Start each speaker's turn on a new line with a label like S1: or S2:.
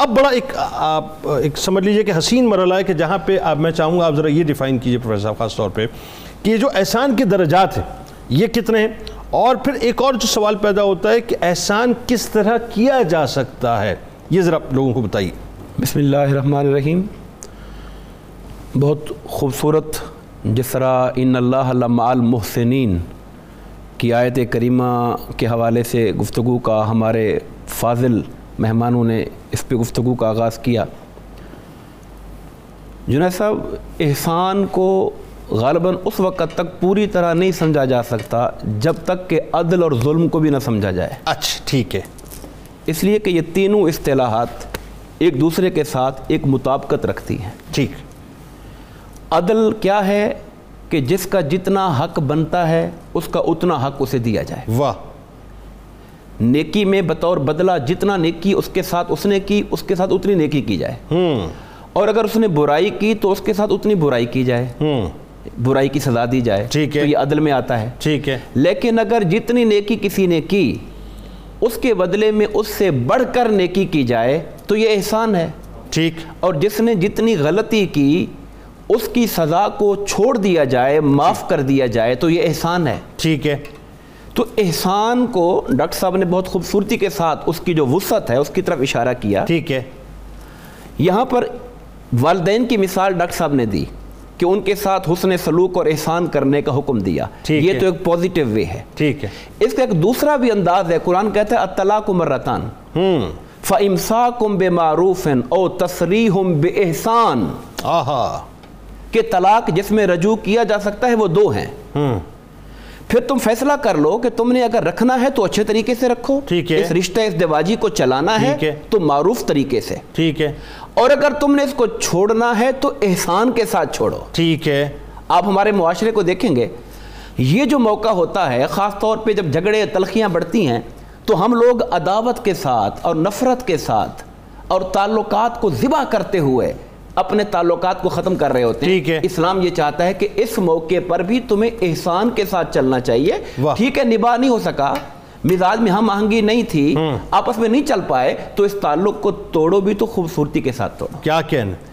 S1: اب بڑا ایک آپ ایک سمجھ لیجئے کہ حسین مرحلہ ہے کہ جہاں پہ آپ میں چاہوں گا آپ ذرا یہ ڈیفائن کیجئے پروفیسر صاحب خاص طور پہ کہ یہ جو احسان کے درجات ہیں یہ کتنے ہیں اور پھر ایک اور جو سوال پیدا ہوتا ہے کہ احسان کس طرح کیا جا سکتا ہے یہ ذرا لوگوں کو بتائیے
S2: بسم اللہ الرحمن الرحیم بہت خوبصورت جس طرح ان اللہ علم المحسنین کی آیت کریمہ کے حوالے سے گفتگو کا ہمارے فاضل مہمانوں نے اس پہ گفتگو کا آغاز کیا جنید صاحب احسان کو غالباً اس وقت تک پوری طرح نہیں سمجھا جا سکتا جب تک کہ عدل اور ظلم کو بھی نہ سمجھا جائے
S1: اچھا ٹھیک ہے
S2: اس لیے کہ یہ تینوں اصطلاحات ایک دوسرے کے ساتھ ایک مطابقت رکھتی ہیں
S1: ٹھیک
S2: عدل کیا ہے کہ جس کا جتنا حق بنتا ہے اس کا اتنا حق اسے دیا جائے
S1: واہ
S2: نیکی میں بطور بدلہ جتنا نیکی اس کے ساتھ اس نے کی اس کے ساتھ اتنی نیکی کی جائے
S1: ہوں
S2: اور اگر اس نے برائی کی تو اس کے ساتھ اتنی برائی کی جائے
S1: ہوں
S2: برائی کی سزا دی جائے تو
S1: ٹھیک ہے۔
S2: یہ عدل میں آتا ہے
S1: ٹھیک ہے
S2: لیکن اگر جتنی نیکی کسی نے کی اس کے بدلے میں اس سے بڑھ کر نیکی کی جائے تو یہ احسان ہے
S1: ٹھیک
S2: اور جس نے جتنی غلطی کی اس کی سزا کو چھوڑ دیا جائے معاف کر دیا جائے تو یہ احسان ہے
S1: ٹھیک ہے
S2: تو احسان کو ڈاکٹر صاحب نے بہت خوبصورتی کے ساتھ اس کی جو وسعت ہے اس کی طرف اشارہ کیا
S1: ٹھیک ہے
S2: یہاں پر والدین کی مثال ڈاکٹر صاحب نے دی کہ ان کے ساتھ حسن سلوک اور احسان کرنے کا حکم دیا یہ تو ایک پازیٹیو وے ہے
S1: ٹھیک ہے
S2: اس کا ایک دوسرا بھی انداز ہے قرآن کہتا ہے اطلاق مرتان
S1: ہوں
S2: فمسا کم بے معروف او تسری بے احسان
S1: آہا
S2: کہ طلاق جس میں رجوع کیا جا سکتا ہے وہ دو ہیں
S1: ہوں
S2: پھر تم فیصلہ کر لو کہ تم نے اگر رکھنا ہے تو اچھے طریقے سے رکھو
S1: ٹھیک ہے۔
S2: اس رشتہ اس دیواجی کو چلانا ہے
S1: ٹھیک ہے۔
S2: تو معروف طریقے سے
S1: ٹھیک ہے
S2: اور اگر تم نے اس کو چھوڑنا ہے تو احسان کے ساتھ چھوڑو
S1: ٹھیک ہے
S2: آپ ہمارے معاشرے کو دیکھیں گے یہ جو موقع ہوتا ہے خاص طور پہ جب جھگڑے تلخیاں بڑھتی ہیں تو ہم لوگ عداوت کے ساتھ اور نفرت کے ساتھ اور تعلقات کو ذبح کرتے ہوئے اپنے تعلقات کو ختم کر رہے ہوتے
S1: ٹھیک ہے۔
S2: ہیں اسلام یہ چاہتا ہے کہ اس موقع پر بھی تمہیں احسان کے ساتھ چلنا چاہیے
S1: واہ۔
S2: ٹھیک ہے نباہ نہیں ہو سکا مزاج میں ہم آہنگی نہیں تھی آپس میں نہیں چل پائے تو اس تعلق کو توڑو بھی تو خوبصورتی کے ساتھ توڑو
S1: کیا کہنا